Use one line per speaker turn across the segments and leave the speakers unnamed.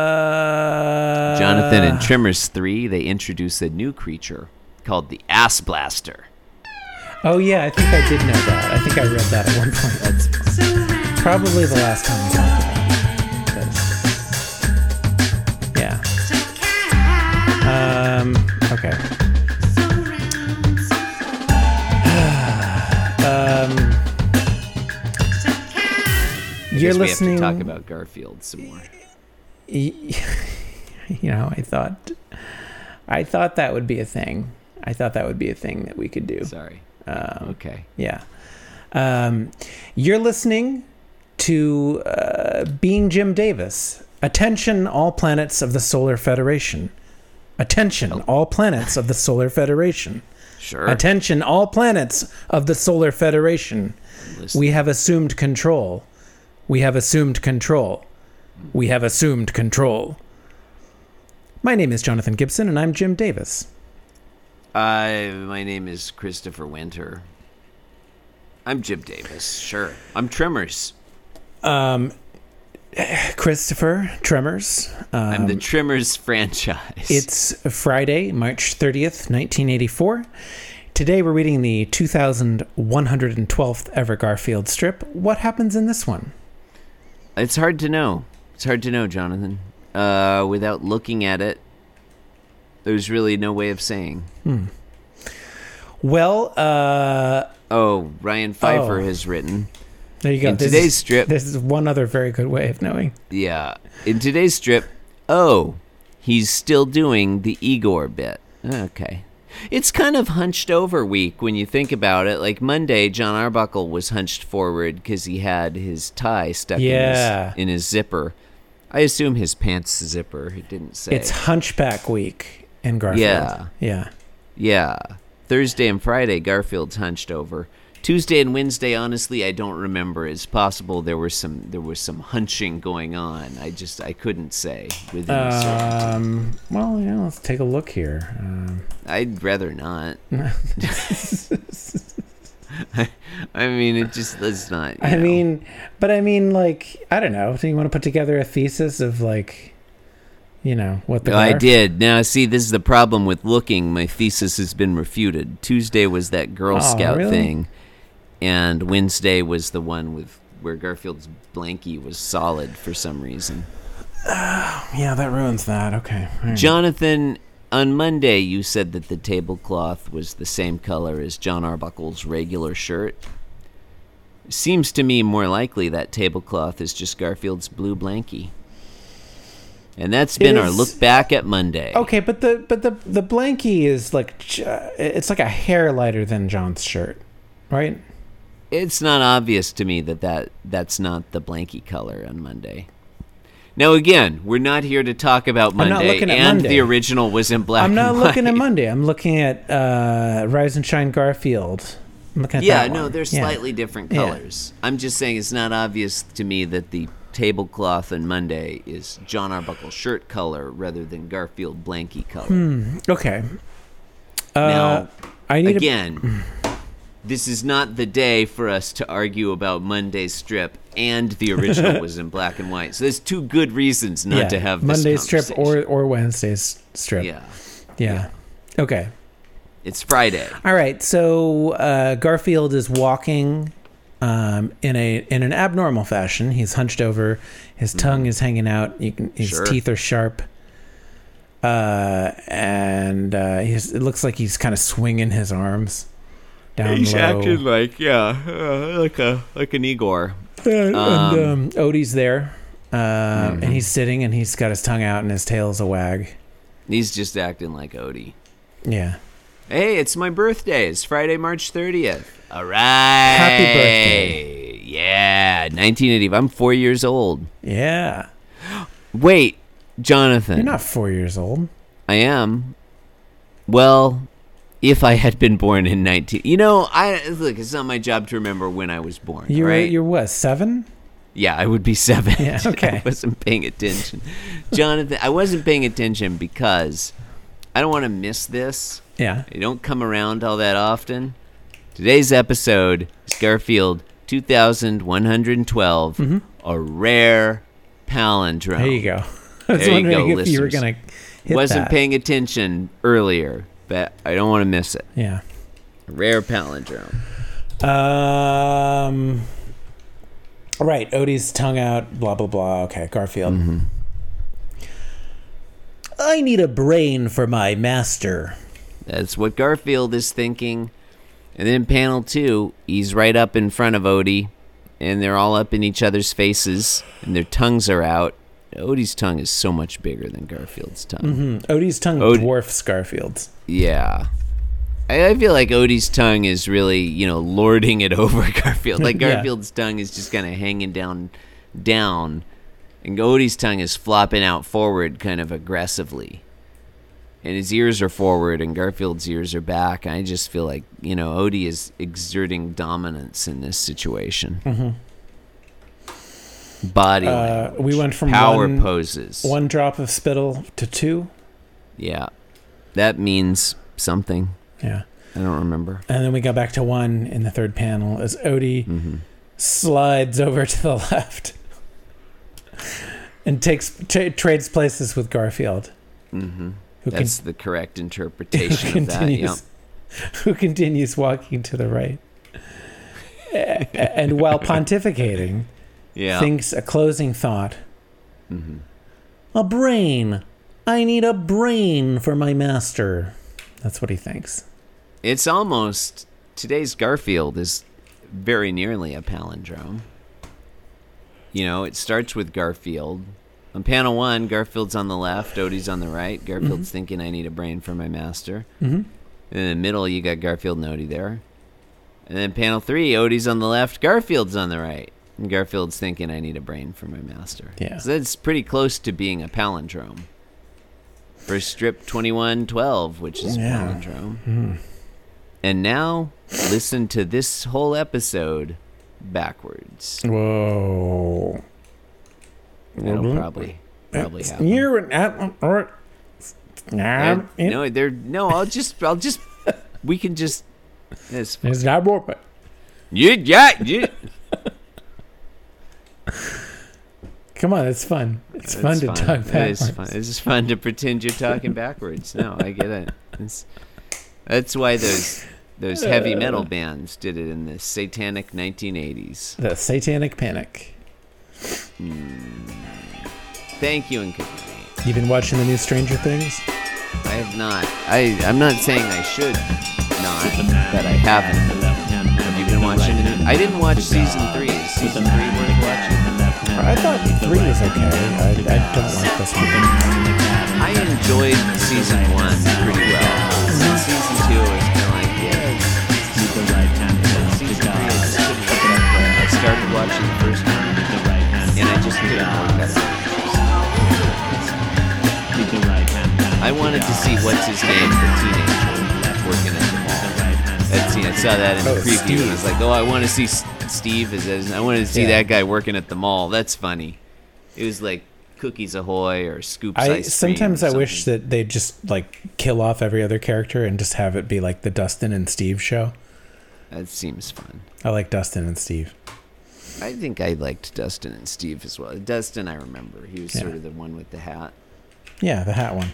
Uh,
Jonathan in Tremors 3, they introduce a new creature called the Ass Blaster.
Oh yeah, I think I did know that. I think I read that at one point. That's probably the last time we talked about it. But, yeah. Um. Okay. um. You're
Guess
listening.
We have to talk about Garfield some more.
you know, I thought, I thought that would be a thing. I thought that would be a thing that we could do.
Sorry.
Um,
Okay.
Yeah. Um, you're listening to uh, Being Jim Davis. Attention, all planets of the Solar Federation. Attention, all planets of the Solar Federation.
Oh. Sure.
Attention, all planets of the Solar Federation.
Listen.
We have assumed control. We have assumed control. We have assumed control. My name is Jonathan Gibson, and I'm Jim Davis.
Uh, my name is Christopher Winter. I'm Jim Davis. Sure. I'm Tremors.
Christopher Tremors. Um,
I'm the Tremors franchise.
It's Friday, March 30th, 1984. Today we're reading the 2112th ever Garfield strip. What happens in this one?
It's hard to know. It's hard to know, Jonathan. Uh, without looking at it, there's really no way of saying.
Well, uh,
Oh, Ryan Pfeiffer
Oh.
has written.
there you go.
In
This
today's
is-
strip-
This is one other very good way of knowing.
Yeah. In today's strip, oh, he's still doing the Igor bit. Okay. It's kind of hunched over week when you think about it. Like Monday, John Arbuckle was hunched forward because he had his tie stuck
Yeah.
in, his, in his zipper. I assume his pants zipper. It didn't say.
It's Hunchback Week in Garfield.
Yeah.
Yeah.
Yeah. Thursday and Friday, Garfield's hunched over. Tuesday and Wednesday, honestly, I don't remember. It's possible there was some there was some hunching going on. I just I couldn't say with any certainty.
Um, well, yeah, let's take a look here. Um,
I'd rather not. I mean, it just let's not. you
I
know.
mean, but I mean, like, I don't know. Do you want to put together a thesis of, like, you know, what the
Oh, I
Garf-
did. Now, see, this is the problem with looking. My thesis has been refuted. Tuesday was that Girl
Oh,
Scout
really?
thing, and Wednesday was the one with where Garfield's blankie was solid for some reason.
Yeah, that ruins that. Okay. all right.
Jonathan, on Monday you said that the tablecloth was the same color as John Arbuckle's regular shirt. Seems to me more likely that tablecloth is just Garfield's blue blankie. And that's been our
is-
look back at Monday.
Okay, but the but the the blankie is like j- it's like a hair lighter than John's shirt, right?
It's not obvious to me that, that that's not the blankie color on Monday. Now again, we're not here to talk about
I'm
Monday
not looking at
and
Monday.
the original was in black
I'm not
and
looking at
white.
Monday. I'm looking at uh, Rise and Shine Garfield. I'm looking at
Yeah,
that
no,
one.
they're
Yeah.
slightly different
Yeah.
colors. I'm just saying it's not obvious to me that the tablecloth on Monday is John Arbuckle shirt color rather than Garfield blankie color.
okay. Hmm. Uh,
Now,
I need a,
Again, this is not the day for us to argue about Monday's strip and the original was in black and white. So there's two good reasons not
yeah,
to have this
Monday's strip or
conversation.
or Wednesday's strip.
yeah,
yeah. Okay.
it's Friday.
All right, so uh, Garfield is walking um, in a in an abnormal fashion. He's hunched over, his tongue is hanging out. You can, his
Mm-hmm. Sure.
teeth are sharp, uh, and uh, he's, it looks like he's kind of swinging his arms down low.
like yeah, uh, like a like an Igor.
Uh, and um, Odie's there, uh,
Mm-hmm.
and he's sitting, and he's got his tongue out, and his tail's a wag.
He's just acting like Odie.
Yeah.
Hey, it's my birthday. It's Friday, March 30th. All right. Happy
birthday.
Yeah, 1980. I'm four years old.
Yeah,
Wait, Jonathan.
you're not four years old.
I am. Well, if I had been born in 19. You know, I look, it's not my job to remember when I was born.
You're
right?
you're what seven?
Yeah, I would be seven.
Yeah, okay.
I wasn't paying attention. Jonathan, I wasn't paying attention because I don't want to miss this.
Yeah.
They don't come around all that often. Today's episode is Garfield 2112, a rare palindrome.
Mm-hmm. There you go. I was
Oh. There you
wondering
go,
if you were
listeners.
gonna hit
Wasn't
that.
paying attention earlier, but I don't want to miss it.
Yeah.
A rare palindrome.
Um. Right, Odie's tongue out. Blah blah blah. Okay, Garfield.
Mm-hmm.
I need a brain for my master.
That's what Garfield is thinking. And then panel two, he's right up in front of Odie, and they're all up in each other's faces, and their tongues are out. Odie's tongue is so much bigger than Garfield's tongue.
Hmm, Odie's tongue
Od-
dwarfs Garfield's.
Yeah. I, I feel like Odie's tongue is really, you know, lording it over Garfield. Like
Yeah.
Garfield's tongue is just kind of hanging down, down, and Odie's tongue is flopping out forward, kind of aggressively. And his ears are forward, and Garfield's ears are back. I just feel like you know Odie is exerting dominance in this situation. Body.
Mm-hmm. Uh, we
language,
went from
power
one-
poses.
One drop of spittle to two.
Yeah, that means something.
Yeah.
I don't remember.
And then we go back to one in the third panel as Odie
Mm-hmm.
slides over to the left and takes t- trades places with Garfield,
hmm
who, con-
That's the correct
who
interpretation of that. Yeah.
continues who continues walking to the right. A- a- and while pontificating,
Yeah. Mm-hmm.
thinks a closing thought. A brain. I need a brain for my master. That's what he thinks.
It's almost today's Garfield is very nearly a palindrome. You know, it starts with Garfield. On panel one, Garfield's on the left, Odie's on the
Mm-hmm.
right. Garfield's thinking, I need a brain for my master.
Mhm.
And in the middle, you got Garfield and Odie there. And then panel three, Odie's on the left, Garfield's on the right. And Garfield's thinking, I need a brain for my master.
Yeah.
So that's pretty close to being a palindrome. For strip 2112, which is
Yeah. Hmm.
palindrome. And now, listen to this whole episode backwards.
Whoa. Mm-hmm.
That'll probably, probably happen.
You're an at or nah,
Uh, no, there. No, I'll just, I'll just. we can just. It's,
it's not more, but
you, yeah, you.
come on, it's fun. It's fun
It's
to talk
It is
backwards.
fun. It's just fun to pretend you're talking backwards. No, I get it. It's, that's why those those heavy metal bands did it in the satanic 1980s.
The Satanic Panic.
Thank you and good night.
You've been watching the new Stranger Things?
I have not. I I'm not saying I should not, but I haven't. Have you been watching it? I didn't watch season three. Is season three worth watching?
I thought three was okay. I, I don't like this one.
I enjoyed season one pretty well. Season two was kind of like yeah. Season three is couldn't pick it up there. I started watching the first one and I just couldn't work that out. I wanted to see what's his name, the teenager working at the mall. That's, you know, I saw that in the
Oh,
preview. and I was
Steve.
like, oh, I want to see S- Steve. As, as I wanted to see
Yeah.
that guy working at the mall. That's funny. It was like Cookies Ahoy or Scoops
I
Ice Cream
sometimes
or
I wish
something.
that they just like kill off every other character and just have it be like the Dustin and Steve show.
that seems fun.
I like Dustin and Steve.
I think I liked Dustin and Steve as well. Dustin, I remember he was
Yeah.
sort of the one with the hat.
Yeah, the hat one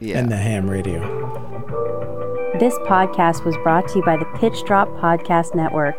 Yeah,
and the ham radio.
This podcast was brought to you by the Pitch Drop Podcast Network.